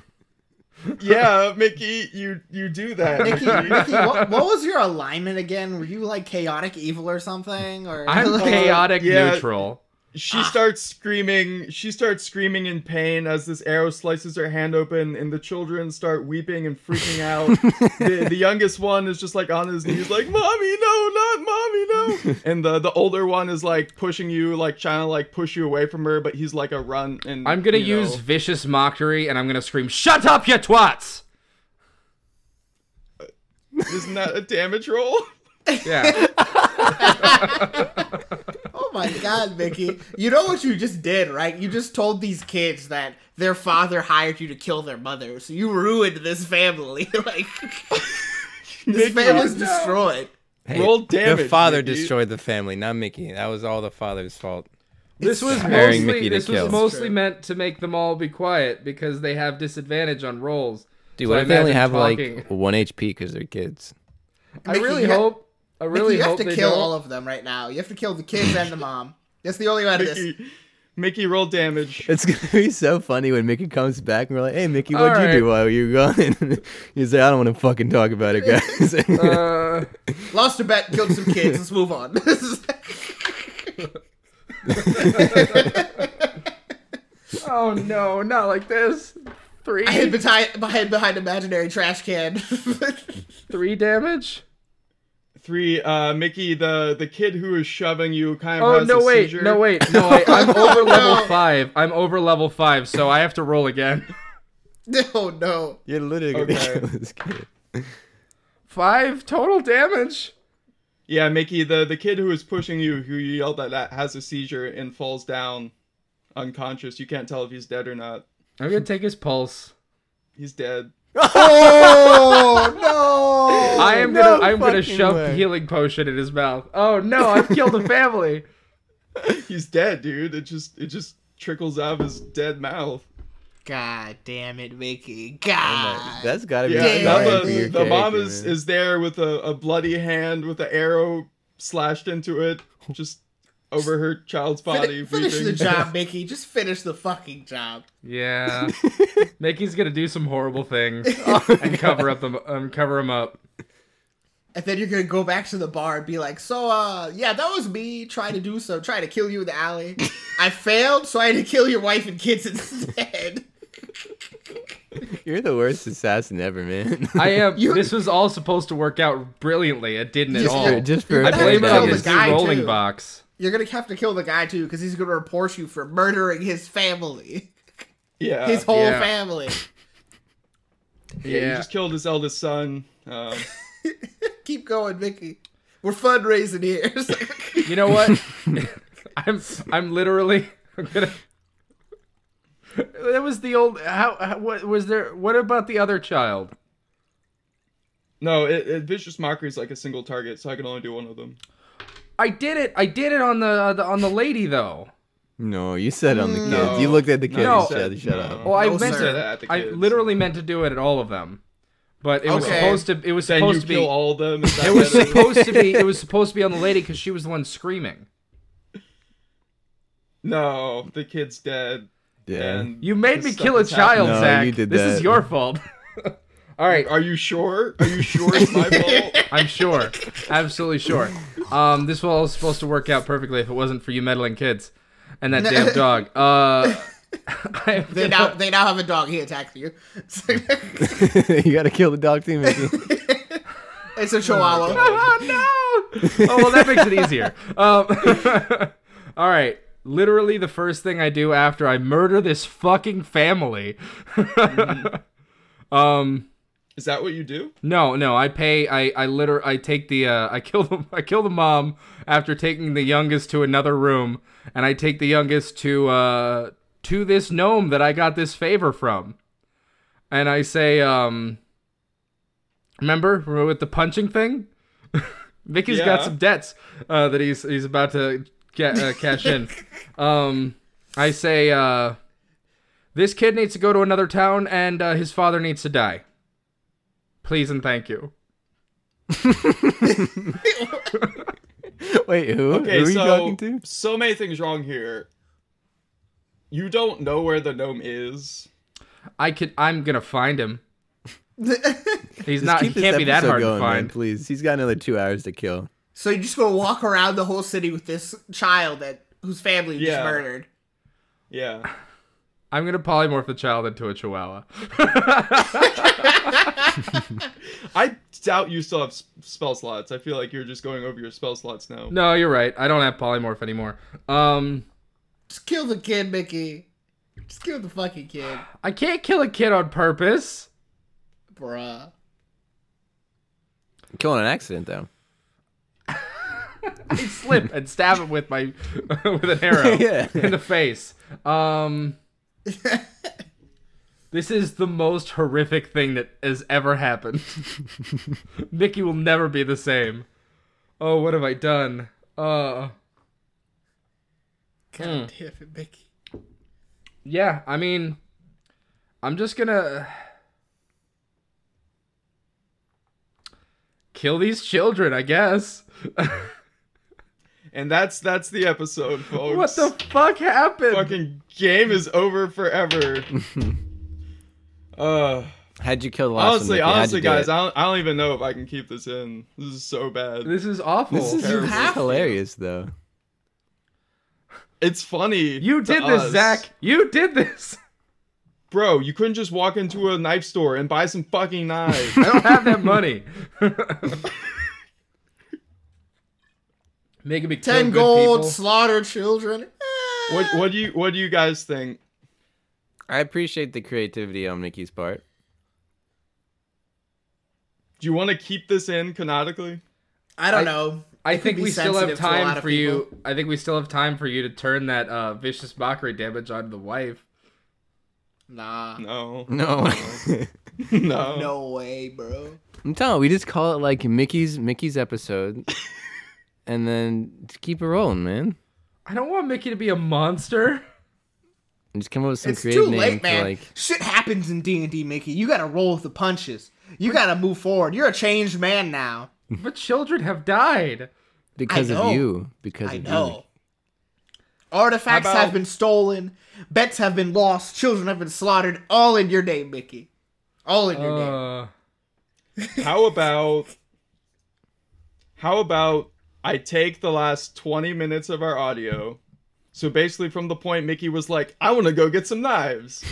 Speaker 4: Yeah, Mickey, you you do that.
Speaker 3: Mickey, Mickey what, what was your alignment again? Were you like chaotic evil or something? Or
Speaker 1: I'm chaotic
Speaker 4: yeah.
Speaker 1: neutral.
Speaker 4: She starts screaming. She starts screaming in pain as this arrow slices her hand open, and the children start weeping and freaking out. the, the youngest one is just like on his knees, like "Mommy, no, not mommy, no!" And the the older one is like pushing you, like trying to like push you away from her, but he's like a run. And
Speaker 1: I'm gonna
Speaker 4: you know.
Speaker 1: use vicious mockery and I'm gonna scream, "Shut up, you twats!"
Speaker 4: Isn't that a damage roll?
Speaker 1: Yeah,
Speaker 3: Oh my god, Mickey. You know what you just did, right? You just told these kids that their father hired you to kill their mother, so you ruined this family. like this
Speaker 4: Mickey,
Speaker 3: family's destroyed.
Speaker 2: Hey,
Speaker 4: Roll damage,
Speaker 2: The father
Speaker 4: Mickey.
Speaker 2: destroyed the family, not Mickey. That was all the father's fault.
Speaker 1: this was
Speaker 2: Hiring
Speaker 1: mostly
Speaker 2: Mickey to
Speaker 1: this was
Speaker 2: kill.
Speaker 1: mostly
Speaker 3: True.
Speaker 1: meant to make them all be quiet because they have disadvantage on rolls.
Speaker 2: Dude,
Speaker 1: So
Speaker 2: what
Speaker 1: I
Speaker 2: if they only
Speaker 1: imagine
Speaker 2: have
Speaker 1: talking.
Speaker 2: like one HP because they're kids?
Speaker 1: I
Speaker 3: Mickey,
Speaker 1: really
Speaker 3: you got-
Speaker 1: hope. I really
Speaker 3: Mickey, you
Speaker 1: hope
Speaker 3: have to
Speaker 1: they
Speaker 3: kill
Speaker 1: don't.
Speaker 3: all of them right now. You have to kill the kids and the mom. That's the only way out of this.
Speaker 4: Mickey, Mickey, roll damage.
Speaker 2: It's gonna be so funny when Mickey comes back and we're like, "Hey, Mickey,
Speaker 1: All
Speaker 2: what'd you do
Speaker 1: right.
Speaker 2: while you were gone?" He's like, "I don't want to fucking talk about it, guys."
Speaker 1: uh,
Speaker 3: Lost a bet, killed some kids. Let's move on.
Speaker 1: oh no, not like this. Three,
Speaker 3: I hid behind, behind behind imaginary trash can.
Speaker 1: three damage.
Speaker 4: Three, uh, Mickey, the the kid who is shoving you kind of.
Speaker 1: Oh
Speaker 4: has
Speaker 1: no!
Speaker 4: a
Speaker 1: Wait,
Speaker 4: seizure.
Speaker 1: no wait, no wait. I'm over level
Speaker 3: No.
Speaker 1: five. I'm over level five, so I have to roll again.
Speaker 3: oh no.
Speaker 2: You're literally gonna
Speaker 4: Okay.
Speaker 2: kill this kid.
Speaker 1: Five total damage.
Speaker 4: Yeah, Mickey, the the kid who is pushing you, who you yelled at, at, has a seizure and falls down, unconscious. You can't tell if he's dead or not.
Speaker 1: I'm gonna take his pulse.
Speaker 4: He's dead.
Speaker 2: Oh
Speaker 1: I am gonna.
Speaker 2: No
Speaker 1: I'm gonna
Speaker 2: fucking
Speaker 1: shove
Speaker 2: way.
Speaker 1: the healing potion in his mouth. Oh no! I've killed a family.
Speaker 4: He's dead, dude. It just it just trickles out of his dead mouth.
Speaker 3: God damn it, Mickey. God.
Speaker 2: That's gotta be
Speaker 4: Yeah,
Speaker 3: Damn.
Speaker 4: now
Speaker 2: annoying
Speaker 3: That
Speaker 4: the,
Speaker 2: for your
Speaker 4: the mom
Speaker 2: character,
Speaker 4: is,
Speaker 2: man.
Speaker 4: is there with a, a bloody hand with an arrow slashed into it. Just over her child's body.
Speaker 3: Fin- finish the
Speaker 4: weeping.
Speaker 3: job, Mickey. Just finish the fucking job.
Speaker 1: Yeah, Mickey's gonna do some horrible things and cover up them um, cover him up.
Speaker 3: And then you're gonna go back to the bar and be like, "So, uh, yeah, that was me trying to do so, trying to kill you in the alley. I failed, so I had to kill your wife and kids instead."
Speaker 2: You're the worst assassin ever, man.
Speaker 1: I am.
Speaker 3: You-
Speaker 1: this was all supposed to work out brilliantly. It didn't at
Speaker 3: Just-
Speaker 1: all.
Speaker 2: just for
Speaker 1: I
Speaker 3: That
Speaker 1: blame it
Speaker 3: was
Speaker 1: on
Speaker 3: the
Speaker 1: this new
Speaker 3: guy,
Speaker 1: rolling
Speaker 3: too.
Speaker 1: box.
Speaker 3: You're gonna have to kill the guy too, because he's gonna report you for murdering his family,
Speaker 4: Uh, Yeah.
Speaker 3: his whole
Speaker 1: yeah.
Speaker 3: family.
Speaker 4: yeah. He
Speaker 1: Yeah.
Speaker 4: just killed his eldest son. Um,
Speaker 3: Keep going, Mickey. We're fundraising here.
Speaker 1: You know what? I'm I'm literally I'm gonna. That was the old. How, how? What was there? What about the other child?
Speaker 4: no, it, it, vicious mockery is like a single target, so I can only do one of them.
Speaker 1: I did it. I did it on the, the on the lady though.
Speaker 2: no, you said on the kids.
Speaker 4: No.
Speaker 2: you looked at the kids.
Speaker 1: No.
Speaker 2: and said, shut
Speaker 4: No.
Speaker 2: up.
Speaker 1: Well, I
Speaker 3: No,
Speaker 1: meant
Speaker 3: sir.
Speaker 1: to.
Speaker 4: At the
Speaker 1: I
Speaker 4: kids.
Speaker 1: literally meant to do it at all of them, but it was
Speaker 3: Okay.
Speaker 1: supposed to. It was
Speaker 4: Then you
Speaker 1: supposed to be.
Speaker 4: kill all of them. Is that
Speaker 1: it was
Speaker 4: better?
Speaker 1: supposed to be. It was supposed to be on the lady because she was the one screaming.
Speaker 4: no, the kid's dead.
Speaker 2: Yeah.
Speaker 4: And
Speaker 1: You made
Speaker 4: this
Speaker 1: me
Speaker 4: stuff
Speaker 1: kill a
Speaker 4: is happening.
Speaker 1: child,
Speaker 2: No,
Speaker 1: Zach.
Speaker 2: you did
Speaker 1: this is
Speaker 2: that.
Speaker 1: your fault. all right,
Speaker 4: Are you sure? Are you sure it's my fault?
Speaker 1: I'm sure, absolutely sure. Um, this was all supposed to work out perfectly if it wasn't for you meddling kids and that damn dog. Uh, I'm
Speaker 3: they now
Speaker 1: gonna-
Speaker 3: they now have a dog. He attacks you. It's like-
Speaker 2: you gotta kill the dog too, Mickey.
Speaker 3: it's a chihuahua.
Speaker 1: oh no! Oh well, that makes it easier. Um, all right. Literally, the first thing I do after I murder this fucking family. um,
Speaker 4: Is that what you do?
Speaker 1: no, no, I pay. I I liter. I take the. Uh, I kill the. I kill the mom after taking the youngest to another room, and I take the youngest to uh to this gnome that I got this favor from, and I say um. Remember, remember with the punching thing. Vicky's got
Speaker 4: Yeah.
Speaker 1: some debts uh, that he's he's about to ca- uh, cash in. um, I say uh, this kid needs to go to another town, and uh, his father needs to die. Please and thank you.
Speaker 2: Wait, who?
Speaker 4: Okay,
Speaker 2: who are you
Speaker 4: so
Speaker 2: talking to?
Speaker 4: so many things wrong here. You don't know where the gnome is.
Speaker 1: I could. I'm gonna find him. He's
Speaker 2: Just
Speaker 1: not. He
Speaker 2: keep this
Speaker 1: can't be that
Speaker 2: episode
Speaker 1: hard
Speaker 2: going,
Speaker 1: to
Speaker 2: man,
Speaker 1: find.
Speaker 2: please. He's got another two hours to kill.
Speaker 3: so you're just gonna walk around the whole city with this child that whose family you
Speaker 4: Yeah.
Speaker 3: just murdered.
Speaker 4: Yeah.
Speaker 1: I'm gonna polymorph the child into a chihuahua.
Speaker 4: I doubt you still have s- spell slots. I feel like you're just going over your spell slots now.
Speaker 1: No, you're right. I don't have polymorph anymore. Um,
Speaker 3: Just kill the kid, Mickey. Just kill the fucking kid,
Speaker 1: I can't kill a kid on purpose.
Speaker 3: bruh.
Speaker 2: Killing an accident though.
Speaker 1: I slip and stab him with my with an arrow
Speaker 2: Yeah.
Speaker 1: in the face. Um, this is the most horrific thing that has ever happened. Mickey will never be the same. Oh, what have I done? Uh.
Speaker 3: God damn it, Mickey.
Speaker 1: Yeah, I mean, I'm just gonna kill these children, I guess.
Speaker 4: And that's that's the episode, folks.
Speaker 1: What the fuck happened?
Speaker 4: fucking game is over forever. uh
Speaker 2: How'd you kill the last
Speaker 4: honestly,
Speaker 2: one? Mickey? How'd
Speaker 4: honestly
Speaker 2: you do
Speaker 4: guys,
Speaker 2: it?
Speaker 4: I don't, I don't even know if I can keep this in. This is so bad.
Speaker 1: This is awful.
Speaker 2: this is
Speaker 4: terrible.
Speaker 3: have to.
Speaker 2: hilarious though.
Speaker 4: it's funny.
Speaker 1: you
Speaker 4: to
Speaker 1: did this,
Speaker 4: us.
Speaker 1: Zach. You did this.
Speaker 4: Bro, you couldn't just walk into a knife store and buy some fucking knives.
Speaker 1: I don't have that money. Making me kill
Speaker 3: Ten
Speaker 1: good
Speaker 3: gold,
Speaker 1: people.
Speaker 3: slaughter children. Ah.
Speaker 4: what what do you what do you guys think?
Speaker 2: I appreciate the creativity on Mickey's part.
Speaker 4: Do you want to keep this in canonically?
Speaker 3: I don't
Speaker 1: I-
Speaker 3: know.
Speaker 1: I
Speaker 3: It could
Speaker 1: think
Speaker 3: be
Speaker 1: we still have
Speaker 3: sensitive to a lot
Speaker 1: time
Speaker 3: of
Speaker 1: for you. I think we still have time for you to turn that uh, vicious mockery damage onto the wife.
Speaker 3: Nah.
Speaker 4: No.
Speaker 2: No.
Speaker 4: No.
Speaker 3: No way, bro.
Speaker 2: I'm telling you, we just call it like Mickey's Mickey's episode and then just keep it rolling, man.
Speaker 1: I don't want Mickey to be a monster.
Speaker 2: And just come up with some
Speaker 3: It's
Speaker 2: creative
Speaker 3: too late,
Speaker 2: name for
Speaker 3: man.
Speaker 2: like
Speaker 3: Shit happens in D and D, Mickey. You gotta roll with the punches. You gotta move forward. You're a changed man now.
Speaker 1: But children have died.
Speaker 2: because
Speaker 3: know.
Speaker 2: of you. Because
Speaker 3: I
Speaker 2: of you.
Speaker 3: know. Artifacts
Speaker 4: How about-
Speaker 3: have been stolen. Bets have been lost. Children have been slaughtered. All in your name, Mickey. All in your name.
Speaker 1: Uh,
Speaker 4: How about How about I take the last 20 minutes of our audio. So basically from the point Mickey was like, "I want to go get some knives."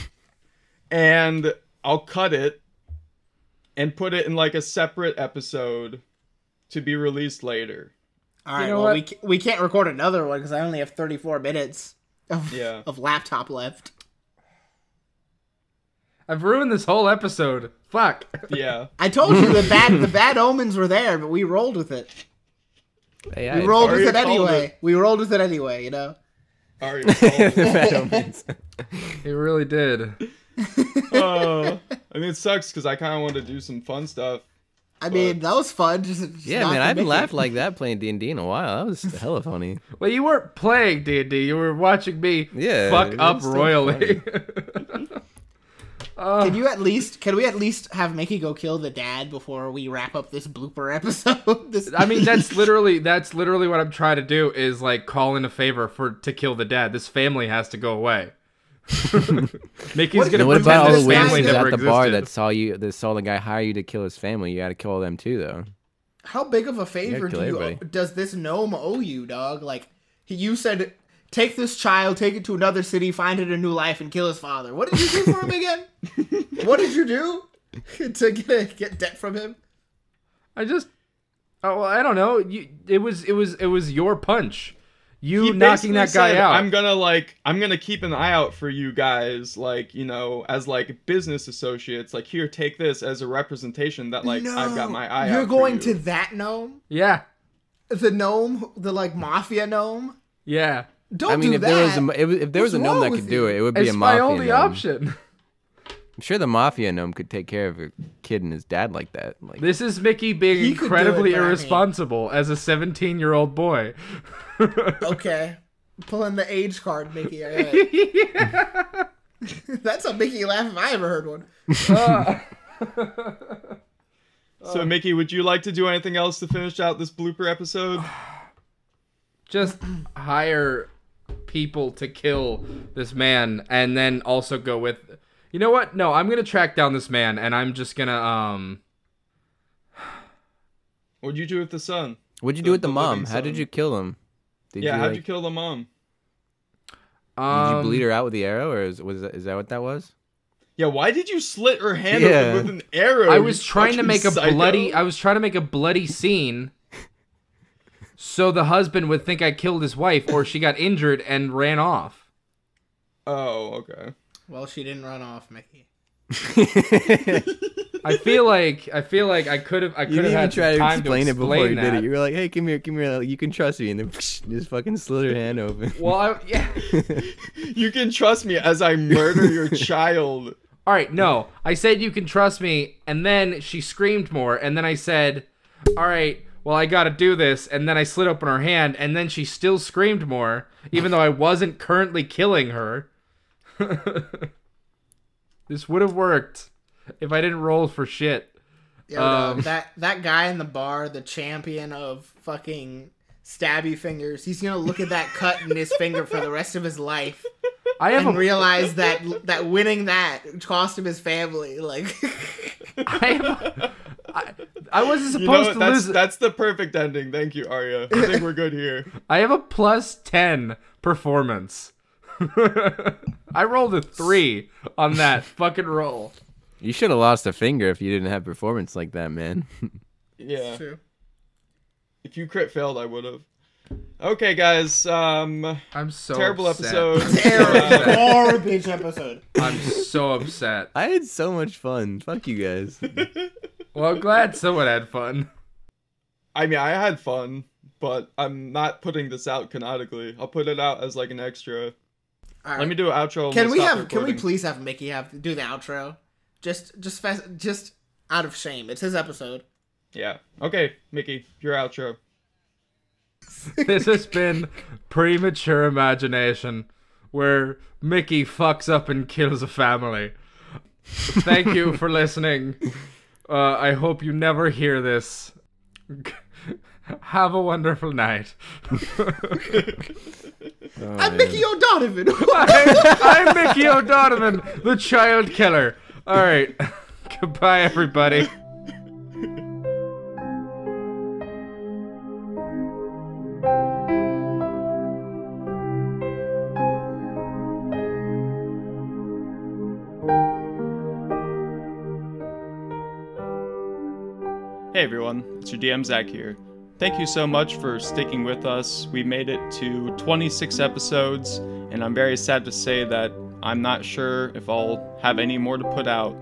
Speaker 4: And I'll cut it and put it in like a separate episode to be released later.
Speaker 3: All right.
Speaker 2: know
Speaker 3: well,
Speaker 2: what?
Speaker 3: we ca- we can't record another one because I only have 34 minutes of
Speaker 4: Yeah.
Speaker 3: of laptop left.
Speaker 1: I've ruined this whole episode. Fuck.
Speaker 4: Yeah.
Speaker 3: I told you the bad the bad omens were there, but we rolled with it.
Speaker 2: Hey,
Speaker 3: We
Speaker 2: I-
Speaker 3: rolled
Speaker 4: Arya
Speaker 3: with it
Speaker 4: called
Speaker 3: anyway.
Speaker 4: it.
Speaker 3: We rolled with it anyway. You know.
Speaker 4: Ari.
Speaker 2: The bad omens.
Speaker 1: It really did.
Speaker 4: Uh, I mean, it sucks because I kind of want to do some fun stuff.
Speaker 3: I mean, that was fun. Just, just
Speaker 2: yeah,
Speaker 3: not
Speaker 2: man,
Speaker 3: for
Speaker 2: I haven't
Speaker 3: Mickey.
Speaker 2: laughed like that playing D and D in a while. That was hella funny.
Speaker 1: Well, you weren't playing D and D. You were watching me
Speaker 2: Yeah,
Speaker 1: fuck
Speaker 2: it
Speaker 1: up
Speaker 2: was still
Speaker 1: royally.
Speaker 3: Can you at least? Can we at least have Mickey go kill the dad before we wrap up this blooper episode? this,
Speaker 1: I mean, that's literally that's literally what I'm trying to do is like call in a favor for to kill the dad. This family has to go away. Mickey's
Speaker 3: What-
Speaker 1: gonna
Speaker 2: And what
Speaker 1: pretend
Speaker 2: about all
Speaker 1: this
Speaker 2: the
Speaker 3: guy
Speaker 1: family
Speaker 2: waitresses at
Speaker 1: never
Speaker 2: the bar
Speaker 1: existed.
Speaker 2: that saw you, that saw the guy hire you to kill his family? You got to kill them too, though.
Speaker 3: how big of a favor
Speaker 2: Yeah,
Speaker 3: do
Speaker 2: kill
Speaker 3: you,
Speaker 2: everybody.
Speaker 3: does this gnome owe you, dog? Like he- you said, take this child, take it to another city, find it a new life, and kill his father. What did you do for him again? what did you do to get a, get debt from him?
Speaker 1: I just, oh, well, I don't know. You, it was it was it was your punch. You
Speaker 4: He
Speaker 1: knocking
Speaker 4: basically
Speaker 1: that guy
Speaker 4: said,
Speaker 1: out.
Speaker 4: I'm gonna like, I'm gonna keep an eye out for you guys, like you know, as like business associates. Like here, take this as a representation that like I've got my eye.
Speaker 3: You're
Speaker 4: out
Speaker 3: going
Speaker 4: for you.
Speaker 3: to that gnome,
Speaker 1: yeah,
Speaker 3: the gnome, the like mafia gnome.
Speaker 1: yeah.
Speaker 3: Don't
Speaker 2: I mean,
Speaker 3: do
Speaker 2: if
Speaker 3: that.
Speaker 2: there was a, if, if there was a
Speaker 3: What's
Speaker 2: gnome
Speaker 3: wrong
Speaker 2: that
Speaker 3: with
Speaker 2: could do
Speaker 3: you?
Speaker 2: it, it would be
Speaker 1: It's
Speaker 2: a
Speaker 1: my
Speaker 2: mafia
Speaker 1: only
Speaker 2: gnome.
Speaker 1: option.
Speaker 2: I'm sure the mafia gnome could take care of a kid and his dad like that. Like,
Speaker 1: This is Mickey being
Speaker 3: He could do it,
Speaker 1: incredibly
Speaker 3: but I mean-
Speaker 1: irresponsible as a 17 year old boy.
Speaker 3: Okay. Pulling the age card, Mickey. I got it. That's a Mickey laugh if I ever heard one.
Speaker 4: So Mickey, would you like to do anything else to finish out this blooper episode?
Speaker 1: Just hire people to kill this man and then also go with. You know what? No, I'm going to track down this man and I'm just going to. um
Speaker 4: What'd you do with the son?
Speaker 2: what'd you
Speaker 4: the-
Speaker 2: do with the,
Speaker 4: the
Speaker 2: mom?
Speaker 4: living
Speaker 2: How did
Speaker 4: son.
Speaker 2: you kill him? Did
Speaker 4: yeah,
Speaker 2: um, you,
Speaker 4: how'd
Speaker 2: like,
Speaker 4: you kill the mom?
Speaker 2: Did
Speaker 1: um,
Speaker 2: you bleed her out with the arrow, or is was that, is that what that was?
Speaker 4: Yeah, why did you slit her hand
Speaker 2: Yeah.
Speaker 4: open with an arrow?
Speaker 1: I
Speaker 4: you
Speaker 1: was trying to
Speaker 4: fucking
Speaker 1: make a
Speaker 4: psycho?
Speaker 1: bloody. I was trying to make a bloody scene, so the husband would think I killed his wife, or she got injured and ran off.
Speaker 4: Oh, okay.
Speaker 3: Well, she didn't run off, Mickey.
Speaker 1: I feel like I feel like I could have. I could
Speaker 2: You
Speaker 1: have
Speaker 2: didn't even
Speaker 1: had
Speaker 2: try
Speaker 1: some
Speaker 2: to
Speaker 1: time
Speaker 2: explain
Speaker 1: to
Speaker 2: it before you
Speaker 1: explain
Speaker 2: did
Speaker 1: that.
Speaker 2: it. You were like, "Hey, come here, come here. like, you can trust me," and then just fucking slid her hand open.
Speaker 1: Well, I, yeah.
Speaker 4: You can trust me as I murder your child.
Speaker 1: All right, no. I said you can trust me, and then she screamed more, and then I said, "All right, well, I got to do this," and then I slid open her hand, and then she still screamed more, even though I wasn't currently killing her. this would have worked if I didn't roll for shit.
Speaker 3: Yo, dog,
Speaker 1: Um.
Speaker 3: that that guy in the bar, the champion of fucking stabby fingers, he's gonna look at that cut in his finger for the rest of his life
Speaker 1: I have
Speaker 3: and
Speaker 1: a,
Speaker 3: realize that that winning that cost him his family. Like,
Speaker 1: I, have a, I, I wasn't
Speaker 4: You know
Speaker 1: supposed
Speaker 4: what?
Speaker 1: to
Speaker 4: That's
Speaker 1: lose.
Speaker 4: that's the perfect ending. Thank you, Arya. I think we're good here.
Speaker 1: I have a plus 10 performance. I rolled a 3 on that fucking roll.
Speaker 2: You should have lost a finger if you didn't have performance like that, man.
Speaker 4: Yeah.
Speaker 3: true.
Speaker 4: If you crit failed, I would have. Okay, guys. Um,
Speaker 1: I'm so
Speaker 4: terrible
Speaker 1: upset.
Speaker 4: episode.
Speaker 3: Terrible, garbage episode.
Speaker 1: I'm so upset.
Speaker 2: I had so much fun. Fuck you guys.
Speaker 1: Well, I'm glad someone had fun.
Speaker 4: I mean, I had fun, but I'm not putting this out canonically. I'll put it out as like an
Speaker 3: All
Speaker 4: extra.
Speaker 3: right.
Speaker 4: Let me do an outro. and
Speaker 3: Can
Speaker 4: we'll
Speaker 3: we
Speaker 4: stop
Speaker 3: have? Can we
Speaker 4: recording.
Speaker 3: please have Mickey have do the outro? Just, just, fast, just out of shame. It's his episode.
Speaker 4: Yeah. Okay, Mickey, your outro.
Speaker 1: This has been premature imagination where Mickey fucks up and kills a family. Thank you for listening. Uh, I hope you never hear this. Have a wonderful night.
Speaker 2: Oh,
Speaker 3: I'm
Speaker 2: man.
Speaker 3: Mickey O'Donovan.
Speaker 1: I'm Mickey O'Donovan, the child killer. All right. Goodbye, everybody.
Speaker 4: Hey everyone, it's your DM Zach here. Thank you so much for sticking with us. We made it to 26 episodes, and I'm very sad to say that I'm not sure if I'll have any more to put out.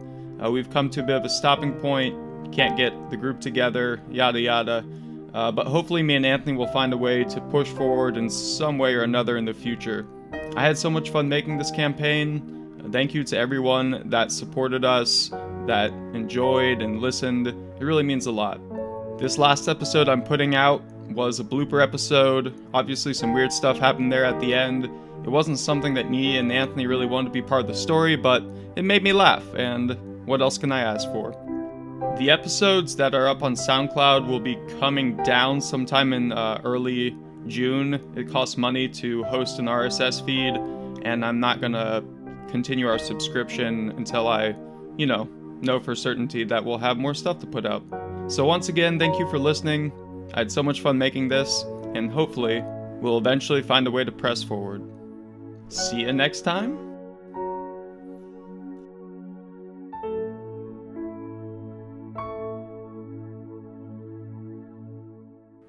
Speaker 4: Uh, we've come to a bit of a stopping point, can't get the group together, yada yada. Uh, but hopefully, me and Anthony will find a way to push forward in some way or another in the future. I had so much fun making this campaign. Thank you to everyone that supported us, that enjoyed and listened. It really means a lot. This last episode I'm putting out was a blooper episode. Obviously, some weird stuff happened there at the end. It wasn't something that me and Anthony really wanted to be part of the story, but it made me laugh, and what else can I ask for? The episodes that are up on SoundCloud will be coming down sometime in uh, early June. It costs money to host an RSS feed, and I'm not going to continue our subscription until I, you know, know for certainty that we'll have more stuff to put out. So, once again, thank you for listening. I had so much fun making this, and hopefully, we'll eventually find a way to press forward. See you next time.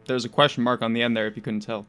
Speaker 4: There's a question mark on the end there if you couldn't tell.